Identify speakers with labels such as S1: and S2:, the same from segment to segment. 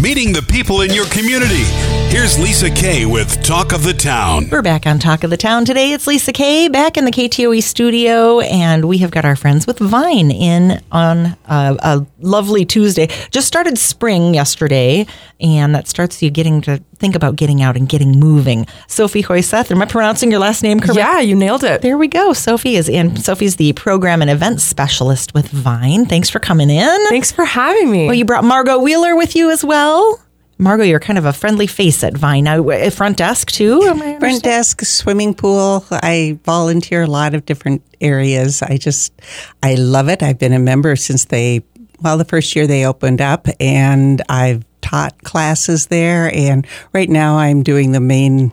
S1: meeting the people in your community. Here's Lisa Kay with Talk of the Town.
S2: We're back on Talk of the Town today. It's Lisa Kay back in the KTOE E studio, and we have got our friends with Vine in on uh, a lovely Tuesday. Just started spring yesterday, and that starts you getting to think about getting out and getting moving. Sophie Hoyseth, am I pronouncing your last name correctly?
S3: Yeah, you nailed it.
S2: There we go. Sophie is in. Sophie's the program and events specialist with Vine. Thanks for coming in.
S3: Thanks for having me.
S2: Well, you brought Margot Wheeler with you as well. Margot, you're kind of a friendly face at Vine. Now, uh, front desk too. am I
S4: Front desk, swimming pool. I volunteer a lot of different areas. I just, I love it. I've been a member since they, well, the first year they opened up, and I've taught classes there. And right now, I'm doing the main,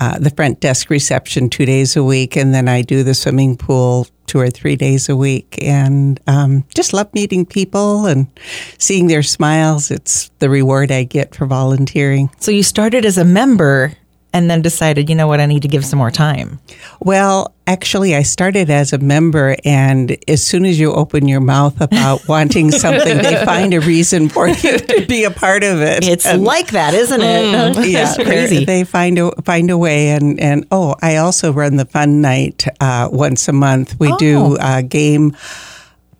S4: uh, the front desk reception two days a week, and then I do the swimming pool two or three days a week. And um, just love meeting people and seeing their smiles. It's the reward I get for volunteering.
S2: So you started as a member and then decided, you know what, I need to give some more time.
S4: Well, actually, I started as a member, and as soon as you open your mouth about wanting something, they find a reason for you to be a part of it.
S2: It's
S4: And- Mm.
S2: like that, isn't it?
S4: yeah,
S2: it's crazy.
S4: They find a find a way, and and oh, I also run the fun night uh, once a month. We
S2: Oh.
S4: do a game.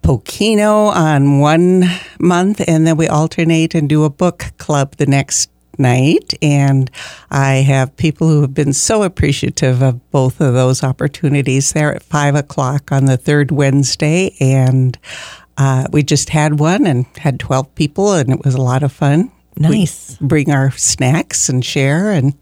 S4: Pokino on one month, and then we alternate and do a book club the next night. And I have people who have been so appreciative of both of those opportunities. They're at five o'clock on the third Wednesday, and uh, we just had one and had 12 people, and it was a lot of fun. We
S2: Nice.
S4: bring our snacks and share and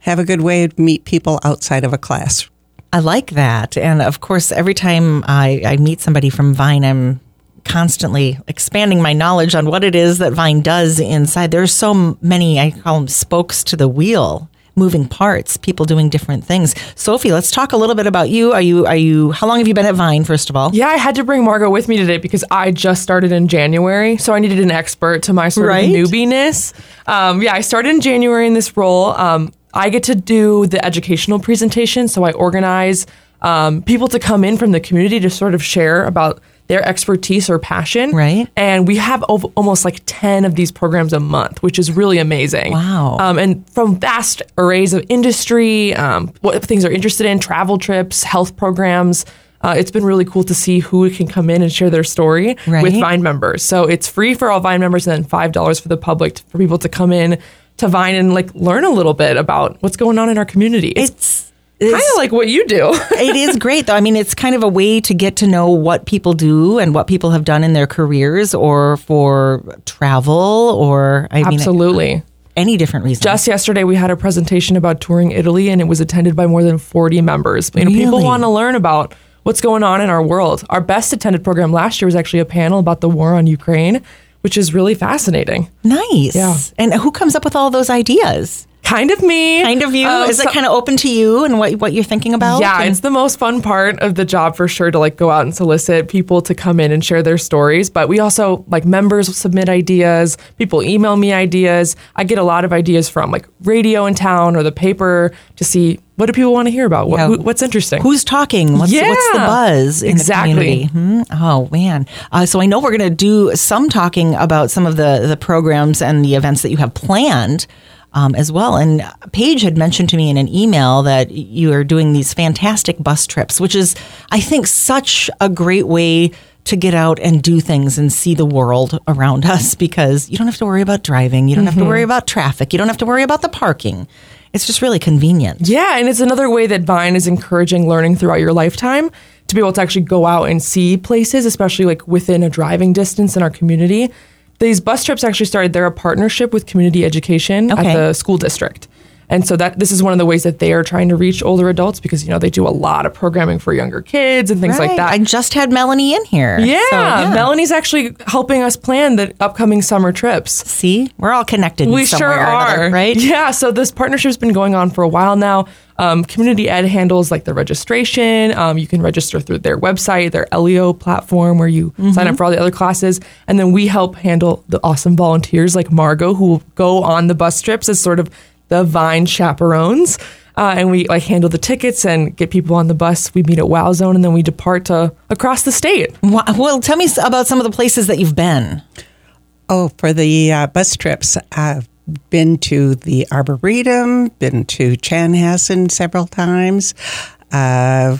S4: have a good way to meet people outside of a class.
S2: I like that. And of course, every time I, I meet somebody from Vine, I'm constantly expanding my knowledge on what it is that Vine does inside. There's so m- many, I call them spokes to the wheel. Moving parts, people doing different things. Sophie, let's talk a little bit about you. Are you? Are you? How long have you been at Vine? First of all,
S3: yeah, I had to bring Margot with me today because I just started in January, so I needed an expert to my sort
S2: Right.
S3: of newbiness. Um, yeah, I started in January in this role. Um, I get to do the educational presentation, so I organize um, people to come in from the community to sort of share about their expertise or passion.
S2: Right.
S3: And we have ov- almost like 10 of these programs a month, which is really amazing.
S2: Wow.
S3: Um, and from vast arrays of industry, um, what things they're interested in, travel trips, health programs. Uh, it's been really cool to see who can come in and share their story
S2: Right.
S3: with Vine members. So it's free for all Vine members and then $5 for the public t- for people to come in to Vine and like learn a little bit about what's going on in our community. It's,
S2: it's
S3: kind of like what you do.
S2: it is great though. I mean, it's kind of a way to get to know what people do and what people have done in their careers or for travel or I mean
S3: Absolutely.
S2: any different reason.
S3: Just yesterday, we had a presentation about touring Italy, and it was attended by more than 40 members. You know, people
S2: Really?
S3: want to learn about what's going on in our world. Our best attended program last year was actually a panel about the war on Ukraine, which is really fascinating.
S2: nice.
S3: Yeah.
S2: And who comes up with all those ideas?
S3: Kind of me.
S2: Kind of you?
S3: Um,
S2: is
S3: so-
S2: it kind of open to you and what what you're thinking about?
S3: Yeah,
S2: And-
S3: it's the most fun part of the job for sure to like go out and solicit people to come in and share their stories. But we also like members submit ideas, people email me ideas. I get a lot of ideas from like radio in town or the paper to see what do people want to hear about, what,
S2: Yeah.
S3: who- what's interesting.
S2: Who's talking? What's, what's the
S3: Yeah.
S2: buzz in
S3: Exactly.
S2: the community? Hmm? Oh man! Uh, so I know we're going to do some talking about some of the the programs and the events that you have planned um, as well. And Paige had mentioned to me in an email that you are doing these fantastic bus trips, which is I think such a great way. To get out and do things and see the world around us because you don't have to worry about driving. You don't
S3: Mm-hmm.
S2: have to worry about traffic. You don't have to worry about the parking. It's just really convenient.
S3: Yeah, and it's another way that Vine is encouraging learning throughout your lifetime to be able to actually go out and see places, especially like within a driving distance in our community. These bus trips actually started, they're a partnership with community education
S2: Okay.
S3: at the school district. And so that this is one of the ways that they are trying to reach older adults because you know they do a lot of programming for younger kids and things like
S2: Right.
S3: that.
S2: I just had Melanie in here.
S3: yeah,
S2: So,
S3: Melanie's actually helping us plan the upcoming summer trips.
S2: See, we're all connected. in
S3: We
S2: some
S3: sure
S2: way or
S3: are,
S2: another, right?
S3: Yeah. So this partnership's been going on for a while now. Um, community Ed handles like the registration. Um, you can register through their website, their Elio platform, where you sign
S2: Mm-hmm.
S3: up for all the other classes, and then we help handle the awesome volunteers like Margot, who will go on the bus trips as sort of the Vine chaperones. Uh, and we like handle the tickets and get people on the bus. We meet at Wow Zone and then we depart to across the state.
S2: Wha- Well, tell me s- about some of the places that you've been.
S4: Oh, for the uh, bus trips, I've been to the Arboretum, been to Chanhassen several times. Uh,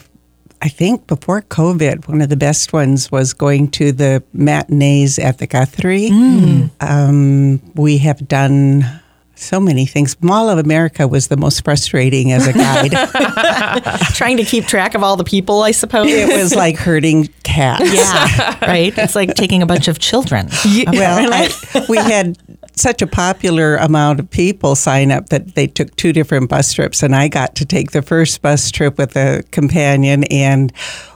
S4: I think before COVID, one of the best ones was going to the matinees at the Guthrie. Um, we have done so many things. Mall of America was the most frustrating as a guide.
S2: Trying to keep track of all the people, I suppose.
S4: it was like herding cats.
S2: yeah, right. It's like taking a bunch of children.
S4: Well, I, we had such a popular amount of people sign up that they took two different bus trips, and I got to take the first bus trip with a companion. And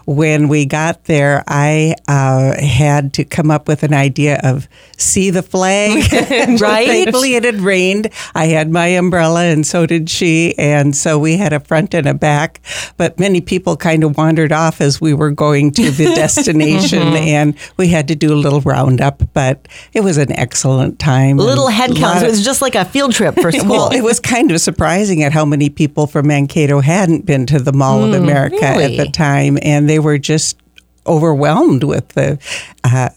S4: when we got there, I uh, had to come up with an idea of see the flag.
S2: Right?
S4: Thankfully, it had rained. I had my umbrella, and so did she. And so we had a front and a back. But many people kind of wandered off as we were going to the destination,
S2: Mm-hmm.
S4: and we had to do a little roundup. But it was an excellent time.
S2: Little
S4: and
S2: head
S4: a
S2: counts. It
S4: lot of-
S2: was just like a field trip for school.
S4: well, it was kind of surprising at how many people from Mankato hadn't been to the Mall of America
S2: Mm, really?
S4: at the time, and they were just overwhelmed with the uh,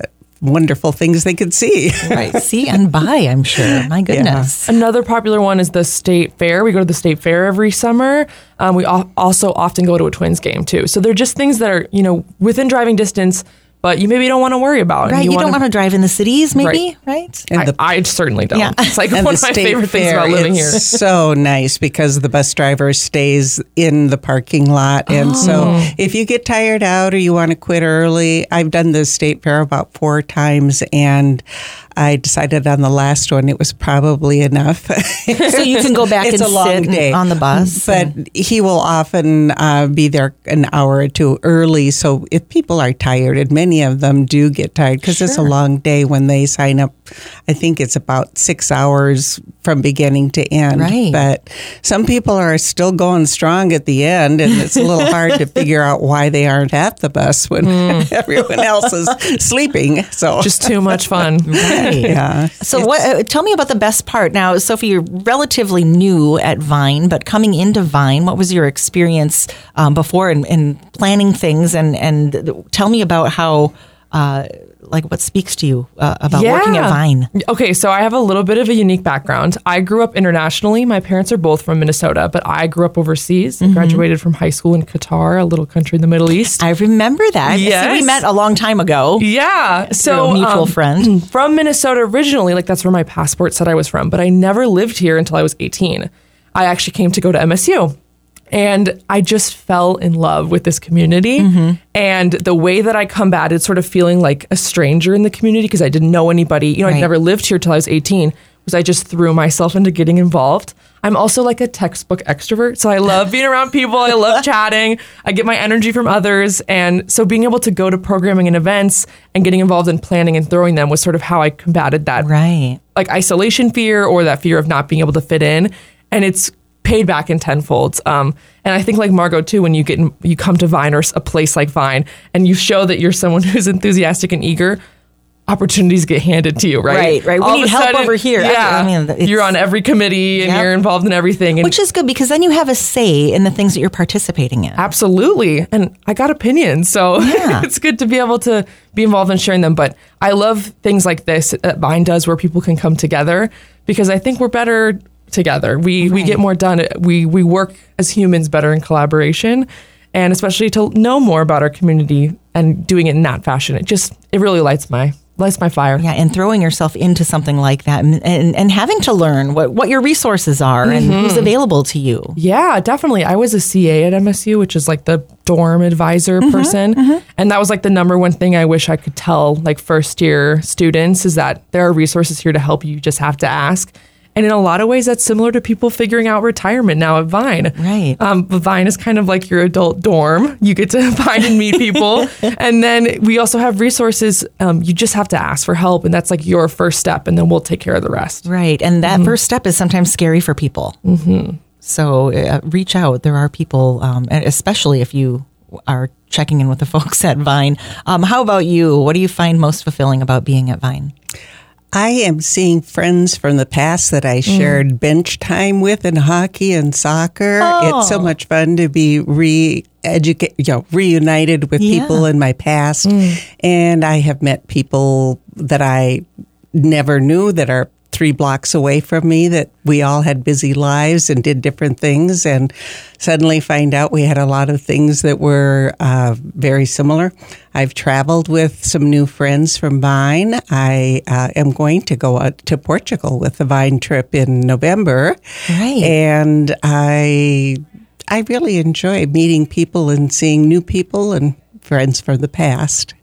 S4: wonderful things they could see.
S2: right. See and buy, I'm sure. My goodness.
S3: Another popular one is the state fair. We go to the state fair every summer. Um, we al- also often go to a Twins game too. So they're just things that are you know within driving distance, but you maybe don't want to worry about. and
S2: Right. You, don't
S3: wanna-
S2: want to drive in the cities, maybe, right?
S4: And
S3: I,
S4: the-
S3: I certainly don't.
S2: Yeah.
S3: It's like
S4: And
S3: one
S4: the
S3: of my
S4: state
S3: favorite things
S4: fair,
S3: about living here.
S4: it's so nice because the bus driver stays in the parking lot. And
S3: Oh.
S4: so if you get tired out or you want to quit early, I've done the state fair about four times and I decided on the last one it was probably enough.
S2: So you can go back
S4: it's
S2: and
S4: a long
S2: sit and-
S4: day
S2: on the bus.
S4: Mm-hmm. But he will often uh, be there an hour or two early. So if people are tired, and many of them do get tired because it's a long day when they sign up, I think it's about six hours from beginning to end.
S2: Right.
S4: But some people are still going strong at the end, and it's a little hard to figure out why they aren't at the bus when everyone else is sleeping. So
S3: Just too much fun.
S4: yeah.
S2: So what? Uh, tell me about the best part. Now, Sophie, you're relatively new at Vine, but coming into Vine, what was your experience um, before and, and planning things? And and tell me about how, uh, like, what speaks to you uh, about working at Vine?
S3: Okay, so I have a little bit of a unique background. I grew up internationally. My parents are both from Minnesota, but I grew up overseas.
S4: Mm-hmm.
S3: I graduated from high school in Qatar, a little country in the Middle East.
S2: I remember that. See, we
S3: Yes.
S2: met a long time ago.
S3: Yeah.
S2: through
S3: So
S2: a mutual
S3: um,
S2: friend.
S3: from Minnesota originally, like that's where my passport said I was from, but I never lived here until I was 18. I actually came to go to MSU. And I just fell in love with this community.
S2: Mm-hmm.
S3: And the way that I combated sort of feeling like a stranger in the community because I didn't know anybody, you know,
S2: Right.
S3: I'd never lived here till I was 18, was I just threw myself into getting involved. I'm also like a textbook extrovert. So I love being around people. I love chatting. I get my energy from others. And so being able to go to programming and events and getting involved in planning and throwing them was sort of how I combated that
S2: Right.
S3: like isolation fear or that fear of not being able to fit in and it's paid back in tenfold um, and i think like margot too when you get in, you come to vine or s- a place like vine and you show that you're someone who's enthusiastic and eager opportunities get handed to you right
S2: Right, right. We
S3: All of
S2: need
S3: a
S2: help over here. I-
S3: yeah
S2: I mean, it's-
S3: you're on every committee and
S2: Yep.
S3: you're involved in everything and
S2: Which is good because then you have a say in the things that you're participating
S3: Ah.
S2: in.
S3: Absolutely. And I got opinions. So
S2: Yeah.
S3: it's good to be able to be involved in sharing them. But I love things like this that Vine does where people can come together because I think we're better together. We we get more done. We we work as humans better in collaboration and especially to know more about our community and doing it in that fashion. It just it really lights my lights my fire.
S2: Yeah, and throwing yourself into something like that and, and, and having to learn what, what your resources are and who's available to you.
S3: Yeah, definitely. I was a CA at MSU, which is like the dorm advisor person, and that was like the number one thing I wish I could tell like first year students is that there are resources here to help you. You just have to ask. And in a lot of ways, that's similar to people figuring out retirement now at Vine.
S2: Right.
S3: Um, but Vine is kind of like your adult dorm. You get to find and meet people. and then we also have resources. Um, you just have to ask for help. And that's like your first step. And then we'll take care of the rest.
S2: Right. And
S3: Mm-hmm.
S2: that first step is sometimes scary for people. Mm-hmm. So uh, reach out. There are people, um, and especially if you are checking in with the folks at Vine. Um, how about you? What do you find most fulfilling about being at Vine?
S4: I am seeing friends from the past that I shared bench time with in hockey and soccer. It's so much fun to be re educate you know, reunited with
S2: Yeah.
S4: people in my past. And I have met people that I never knew that are three blocks away from me that we all had busy lives and did different things and suddenly find out we had a lot of things that were uh, very similar i've traveled with some new friends from vine i uh, am going to go out to portugal with the vine trip in november
S2: Right.
S4: and i i really enjoy meeting people and seeing new people and friends from the past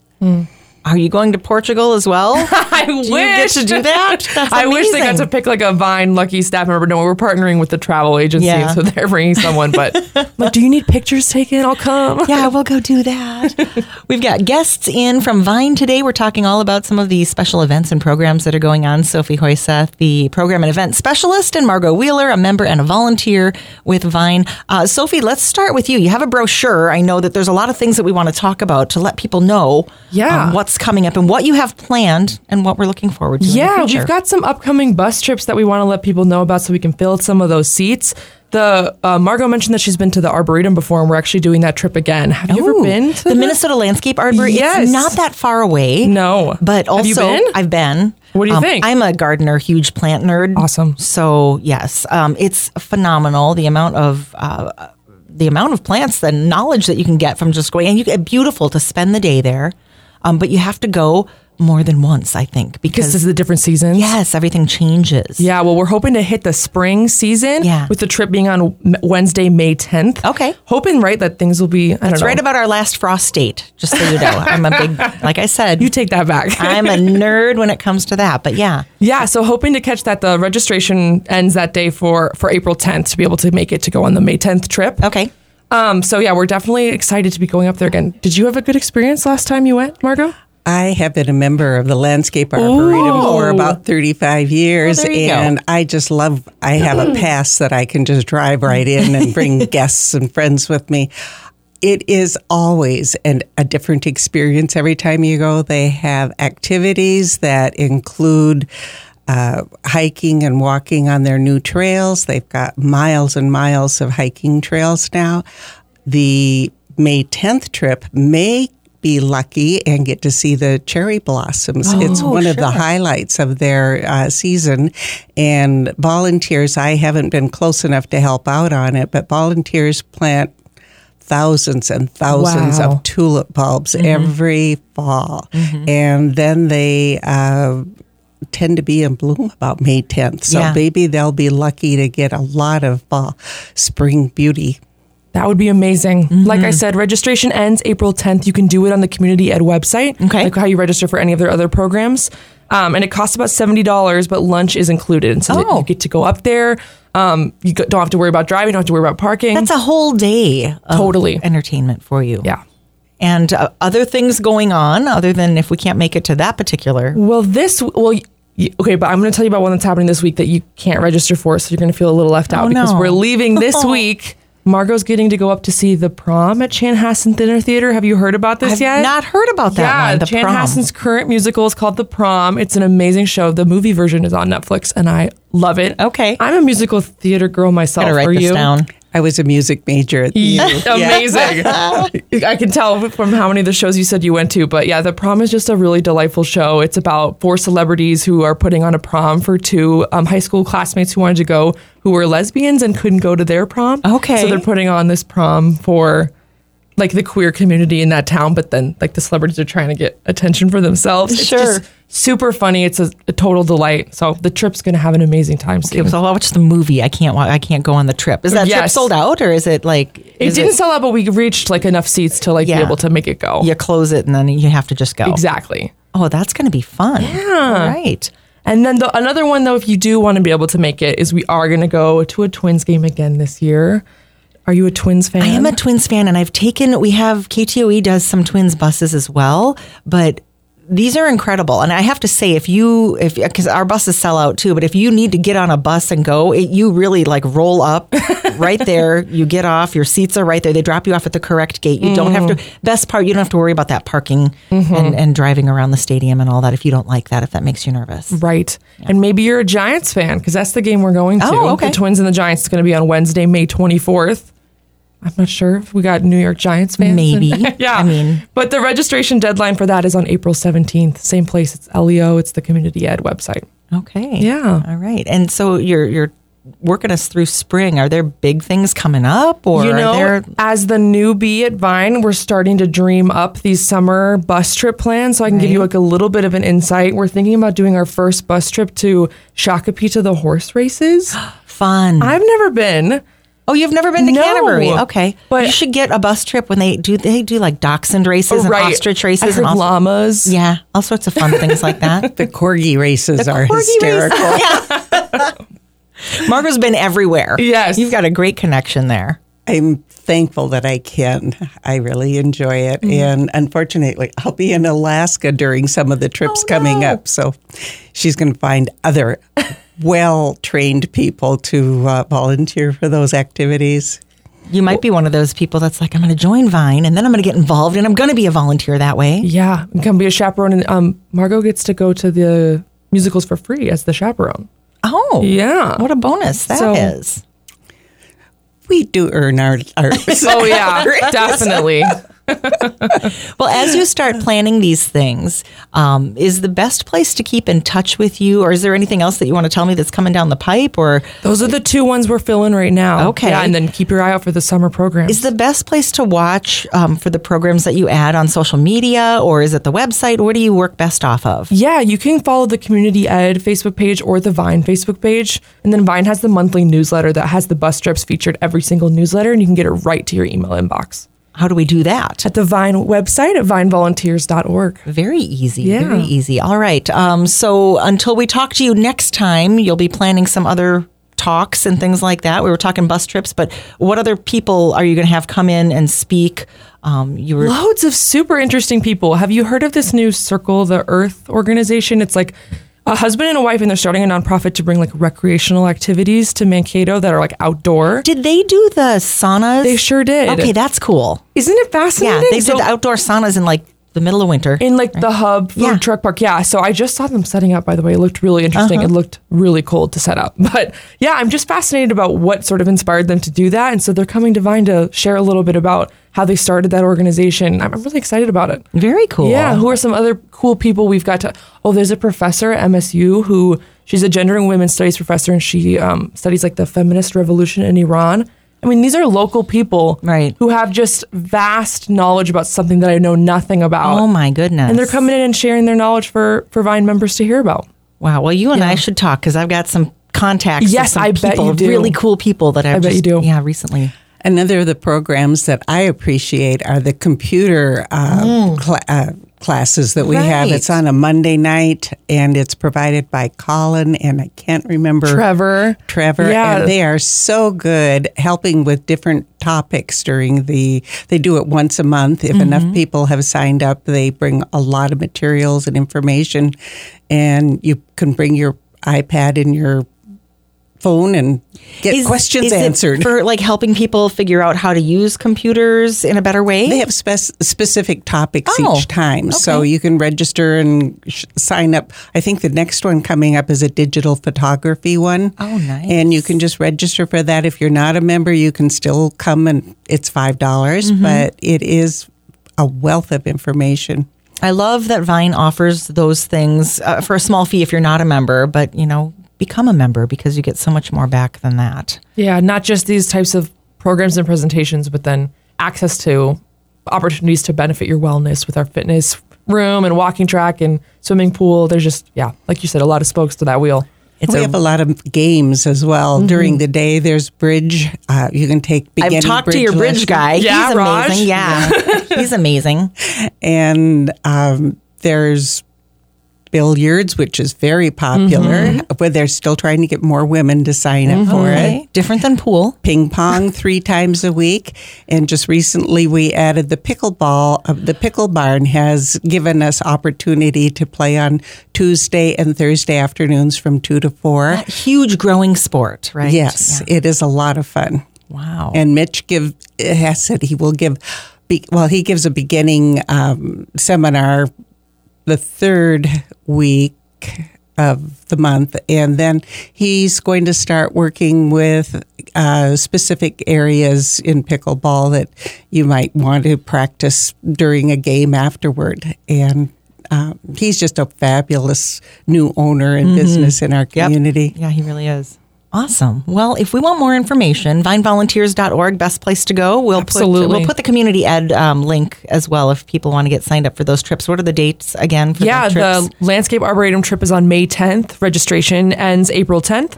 S2: Are you going to Portugal as well?
S3: I wish
S2: you get to do that? That's
S3: I wish they got to
S2: amazing.
S3: pick like a Vine lucky staff member. No, we're partnering with the travel agency,
S2: Yeah.
S3: so they're bringing someone. But I'm like, do you need pictures taken? I'll come.
S2: yeah, we'll go do that. We've got guests in from Vine today. We're talking all about some of the special events and programs that are going on. Sophie Hoyseth, the program and event specialist, and Margot Wheeler, a member and a volunteer with Vine. Uh, Sophie, let's start with you. You have a brochure. I know that there's a lot of things that we want to talk about to let people know um,
S3: Yeah.
S2: what's coming up and what you have planned and what we're looking forward to. in the
S3: Yeah,
S2: future.
S3: we've got some upcoming bus trips that we want to let people know about so we can fill some of those seats. The uh, Margot mentioned that she's been to the Arboretum before, and we're actually doing that trip again. Have you ever
S2: Ooh,
S3: been to
S2: the Minnesota Landscape Arboretum?
S3: Yes.
S2: It's not that far away.
S3: No.
S2: But also,
S3: Have you been?
S2: I've been. Um,
S3: What do you think?
S2: I'm a gardener, huge plant nerd.
S3: Awesome.
S2: So, yes, um, it's phenomenal the amount of. Uh, the amount of plants, the knowledge that you can get from just going, and you get beautiful to spend the day there, um, but you have to go more than once, I think,
S3: Because
S2: because
S3: this is the different seasons.
S2: yes, everything changes.
S3: Yeah, well, we're hoping to hit the spring season
S2: Yeah.
S3: with the trip being on M- Wednesday, May 10th.
S2: Okay.
S3: Hoping, right, that things will be, I don't
S2: it's
S3: know.
S2: right about our last frost date. Just so you know, I'm a big, like I said,
S3: you take that back.
S2: I'm a nerd when it comes to that. But yeah,
S3: yeah, so hoping to catch that. The registration ends that day for, for April 10th to be able to make it to go on the May 10th trip.
S2: okay.
S3: Um, so yeah, we're definitely excited to be going up there again. Did you have a good experience last time you went, Margot?
S4: I have been a member of the Landscape Arboretum for
S3: Ooh.
S4: about 35 years,
S2: Well, there you go. Mm.
S4: and I just love. I have a pass that I can just drive right in and bring guests and friends with me. It is always an, a different experience every time you go. They have activities that include uh, hiking and walking on their new trails. They've got miles and miles of hiking trails now. The May 10th trip may be lucky and get to see the cherry blossoms. it's one of the highlights of their uh, season. And volunteers, I haven't been close enough to help out on it, but volunteers plant thousands and thousands
S3: Wow.
S4: of tulip bulbs every fall. And then they uh, tend to be in bloom about May 10th. So
S2: Yeah.
S4: maybe they'll be lucky to get a lot of fall, spring beauty.
S3: That would be amazing.
S2: Mm-hmm.
S3: Like I said, registration ends April 10th. You can do it on the community ed website,
S2: Okay.
S3: like how you register for any of their other programs. Um, and it costs about $70, but lunch is included. And so that
S2: Oh.
S3: you get to go up there. Um, you go- don't have to worry about driving, don't have to worry about parking.
S2: That's a whole day of
S3: Totally.
S2: entertainment for you.
S3: yeah.
S2: And uh, other things going on other than if we can't make it to that particular.
S3: Well, this, well, y- y- okay, but I'm going to tell you about one that's happening this week that you can't register for. So you're going to feel a little left out
S2: Oh,
S3: because
S2: no.
S3: we're leaving this week. Margot's getting to go up to see the prom at Chanhassen Dinner Theater. Have you heard about this
S2: I've
S3: yet?
S2: not heard about that
S3: yeah,
S2: one, the
S3: Chan
S2: prom.
S3: Hassan's current musical is called The Prom. It's an amazing show. The movie version is on Netflix, and I love it.
S2: Okay.
S3: I'm a musical theater girl myself.
S2: Gotta write
S3: Are
S2: this
S3: you?
S2: down.
S4: I was a music major at the
S3: Yeah,
S4: U.
S3: Amazing. I can tell from how many of the shows you said you went to, but yeah, The Prom is just a really delightful show. It's about four celebrities who are putting on a prom for two um, high school classmates who wanted to go who were lesbians and couldn't go to their prom.
S2: Okay.
S3: So they're putting on this prom for like the queer community in that town, but then like the celebrities are trying to get attention for themselves. It's
S2: Sure.
S3: just super funny. It's a, a total delight. So the trip's going to have an amazing time. Steve.
S2: So I'll watch the movie. I can't. wa- I can't go on the trip. Is that trip
S3: Yes.
S2: sold out, or is it like
S3: It
S2: is
S3: didn't sell out, but we reached like enough seats to like
S2: Yeah.
S3: be able to make it go.
S2: you close it and then you have to just go?
S3: Exactly.
S2: Oh, that's going to be fun. Yeah. All right.
S3: And then the, another one, though, if you do want to be able to make it, is we are going to go to a Twins game again this year. Are you a Twins fan?
S2: I am a Twins fan, and I've taken. We have KTOE E does some Twins buses as well, but these are incredible. And I have to say, if you if because our buses sell out too, but if you need to get on a bus and go, it, you really like roll up right there. You get off. Your seats are right there. They drop you off at the correct gate. You don't have to.
S3: Mm.
S2: Best part, you don't have to worry about that parking
S3: Mm-hmm.
S2: and, and driving around the stadium and all that. If you don't like that, if that makes you nervous.
S3: Right. And maybe you're a Giants fan because that's the game we're going to.
S2: Oh, okay.
S3: The Twins and the Giants is going to be on Wednesday, May 24th. I'm not sure if we got New York Giants fans. in
S2: Maybe.
S3: there. yeah.
S2: I mean-
S3: but the registration deadline for that is on April 17th. Same place. It's LEO. It's the community ed website.
S2: Okay.
S3: Yeah.
S2: All right. And so you're you're working us through spring. Are there big things coming up, or
S3: you know,
S2: are there?
S3: as the newbie at Vine, we're starting to dream up these summer bus trip plans. So I can give you like a little bit of an insight. We're thinking about doing our first bus trip to Shakopee to the horse races.
S2: Fun.
S3: I've never been.
S2: oh, you've never been to
S3: No.
S2: Canterbury. Okay,
S3: But-
S2: you should get a bus trip when they do. They do like dachshund races and ostrich
S3: I
S2: races and
S3: heard
S2: all,
S3: llamas.
S2: yeah, all sorts of fun things like that.
S4: The corgi races are
S2: corgi races.
S4: hysterical.
S2: Margo's been everywhere.
S3: Yes.
S2: you've got a great connection there.
S4: I'm thankful that I can. I really enjoy it. And unfortunately, I'll be in Alaska during some of the trips
S2: Oh,
S4: coming
S2: no.
S4: up. So she's going to find other well trained people to uh, volunteer for those activities.
S2: You might be one of those people that's like, I'm going to join Vine, and then I'm going to get involved, and I'm going to be a volunteer that way.
S3: Yeah, and can be a chaperone, and um, Margot gets to go to the musicals for free as the chaperone.
S2: Oh,
S3: Yeah.
S2: what a bonus that is.
S3: So-
S4: We do earn our, our
S3: Oh yeah, definitely.
S2: Well, as you start planning these things, um, is the best place to keep in touch with you, or is there anything else that you want to tell me that's coming down the pipe, or
S3: Those are the two ones we're filling right now.
S2: Okay.
S3: yeah, and then keep your eye out for the summer program.
S2: is the best place to watch um, for the programs that you add on social media, or is it the website? What do you work best off of?
S3: Yeah, you can follow the Community Ed Facebook page or the Vine Facebook page. And then Vine has the monthly newsletter that has the bus trips featured every single newsletter, and you can get it right to your email inbox.
S2: How do we do that?
S3: At the Vine website at vinevolunteers.org.
S2: Very easy.
S3: Yeah.
S2: Very easy. All right. Um, so until we talk to you next time, you'll be planning some other talks and things like that. We were talking bus trips, but what other people are you going to have come in and speak? Um, you were
S3: Loads of super interesting people. Have you heard of this new Circle the Earth organization? It's like a husband and a wife, and they're starting a nonprofit to bring like recreational activities to Mankato that are like outdoor.
S2: Did they do the saunas?
S3: They sure did.
S2: Okay, that's cool.
S3: Isn't it fascinating?
S2: Yeah, they
S3: So-
S2: did the outdoor saunas in like the middle of winter.
S3: in like the hub food
S2: Yeah.
S3: truck park. Yeah. So I just saw them setting up. By the way, it looked really interesting.
S2: Uh-huh.
S3: It looked really cool to set up. But yeah, I'm just fascinated about what sort of inspired them to do that, and so they're coming to Vine to share a little bit about how they started that organization. I'm I'm really excited about it.
S2: Very cool.
S3: Yeah. Who are some other cool people we've got to? Oh, there's a professor at MSU who she's a gender and women's studies professor, and she um, studies like the feminist revolution in Iran. I mean, these are local people
S2: Right.
S3: who have just vast knowledge about something that I know nothing about
S2: Oh my goodness.
S3: and they're coming in and sharing their knowledge for for Vine members to hear about.
S2: Wow. Well, you and I should talk because I've got some contacts. of
S3: Yes,
S2: some
S3: I bet
S2: people,
S3: you do.
S2: Really cool people that I've
S3: bet
S2: just,
S3: you do.
S2: Yeah, recently.
S4: Another of the programs that I appreciate are the computer uh, cla uh, classes that we have.
S2: Mm. Right.
S4: It's on a Monday night, and it's provided by Colin and I can't remember
S3: Trevor.
S4: Trevor,
S3: Yeah.
S4: and they are so good helping with different topics during the. They do it once a month. If
S2: Mm-hmm.
S4: enough people have signed up, they bring a lot of materials and information, and you can bring your iPad and your phone and get
S2: Is-
S4: questions
S2: is it
S4: answered.
S2: for like helping people figure out how to use computers in a better way.
S4: They have spec- specific topics
S2: Oh,
S4: each time, so
S2: okay.
S4: you can register and sh- sign up. I think the next one coming up is a digital photography one.
S2: Oh, nice.
S4: And you can just register for that. If you're not a member, you can still come, and it's five dollars,
S2: Mm-hmm.
S4: but it is a wealth of information.
S2: I love that Vine offers those things uh, for a small fee if you're not a member, but you know, become a member because you get so much more back than that.
S3: Yeah, not just these types of programs and presentations, but then access to opportunities to benefit your wellness with our fitness room and walking track and swimming pool. There's just yeah, like you said, a lot of spokes to that wheel.
S2: It's
S4: we
S2: a- Mm-hmm.
S4: have a lot of games as well during the day. There's bridge. Uh, you can take beginning
S2: I've talked to
S4: bridge
S2: your bridge
S4: lesson.
S2: guy.
S3: Yeah,
S2: he's
S3: Raj?
S2: amazing. Yeah, he's amazing.
S4: and um, there's billiards, which is very popular,
S2: Mm-hmm.
S4: but they're still trying to get more women to sign up for it.
S2: Okay. Different than pool.
S4: Ping pong three times a week, and just recently we added the pickleball. Uh, the pickle barn has given us opportunity to play on Tuesday and Thursday afternoons from two to four.
S2: Huge growing sport, right?
S4: Yes,
S2: Yeah.
S4: it is a lot of fun.
S2: Wow.
S4: And Mitch give has said he will give. Be, well, he gives a beginning um, seminar the third week of the month. And then he's going to start working with uh, specific areas in pickleball that you might want to practice during a game afterward. And um, he's just a fabulous new owner and business in our community.
S2: Yeah, he really is. Awesome. Well, if we want more information, vinevolunteers.org, best place to go. We'll put
S3: Absolutely.
S2: we'll put the community ed um, link as well if people want to get signed up for those trips. What are the dates again? For
S3: yeah,
S2: the trips?
S3: the landscape arboretum trip is on May 10th. Registration ends April 10th.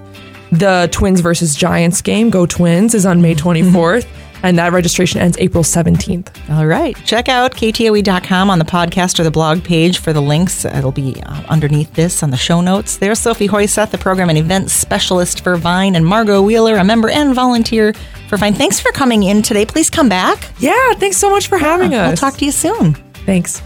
S3: The Twins versus Giants game, Go Twins, is on May 24th, and that registration ends April 17th.
S2: All right. Check out ktoe.com E on the podcast or the blog page for the links. It'll be uh, underneath this on the show notes. There's Sophie Hoyseth, the program and events specialist for Vine, and Margot Wheeler, a member and volunteer for Vine. Thanks for coming in today. Please come back.
S3: Yeah, thanks so much for having
S2: We'll
S3: us.
S2: talk to you soon.
S3: Thanks.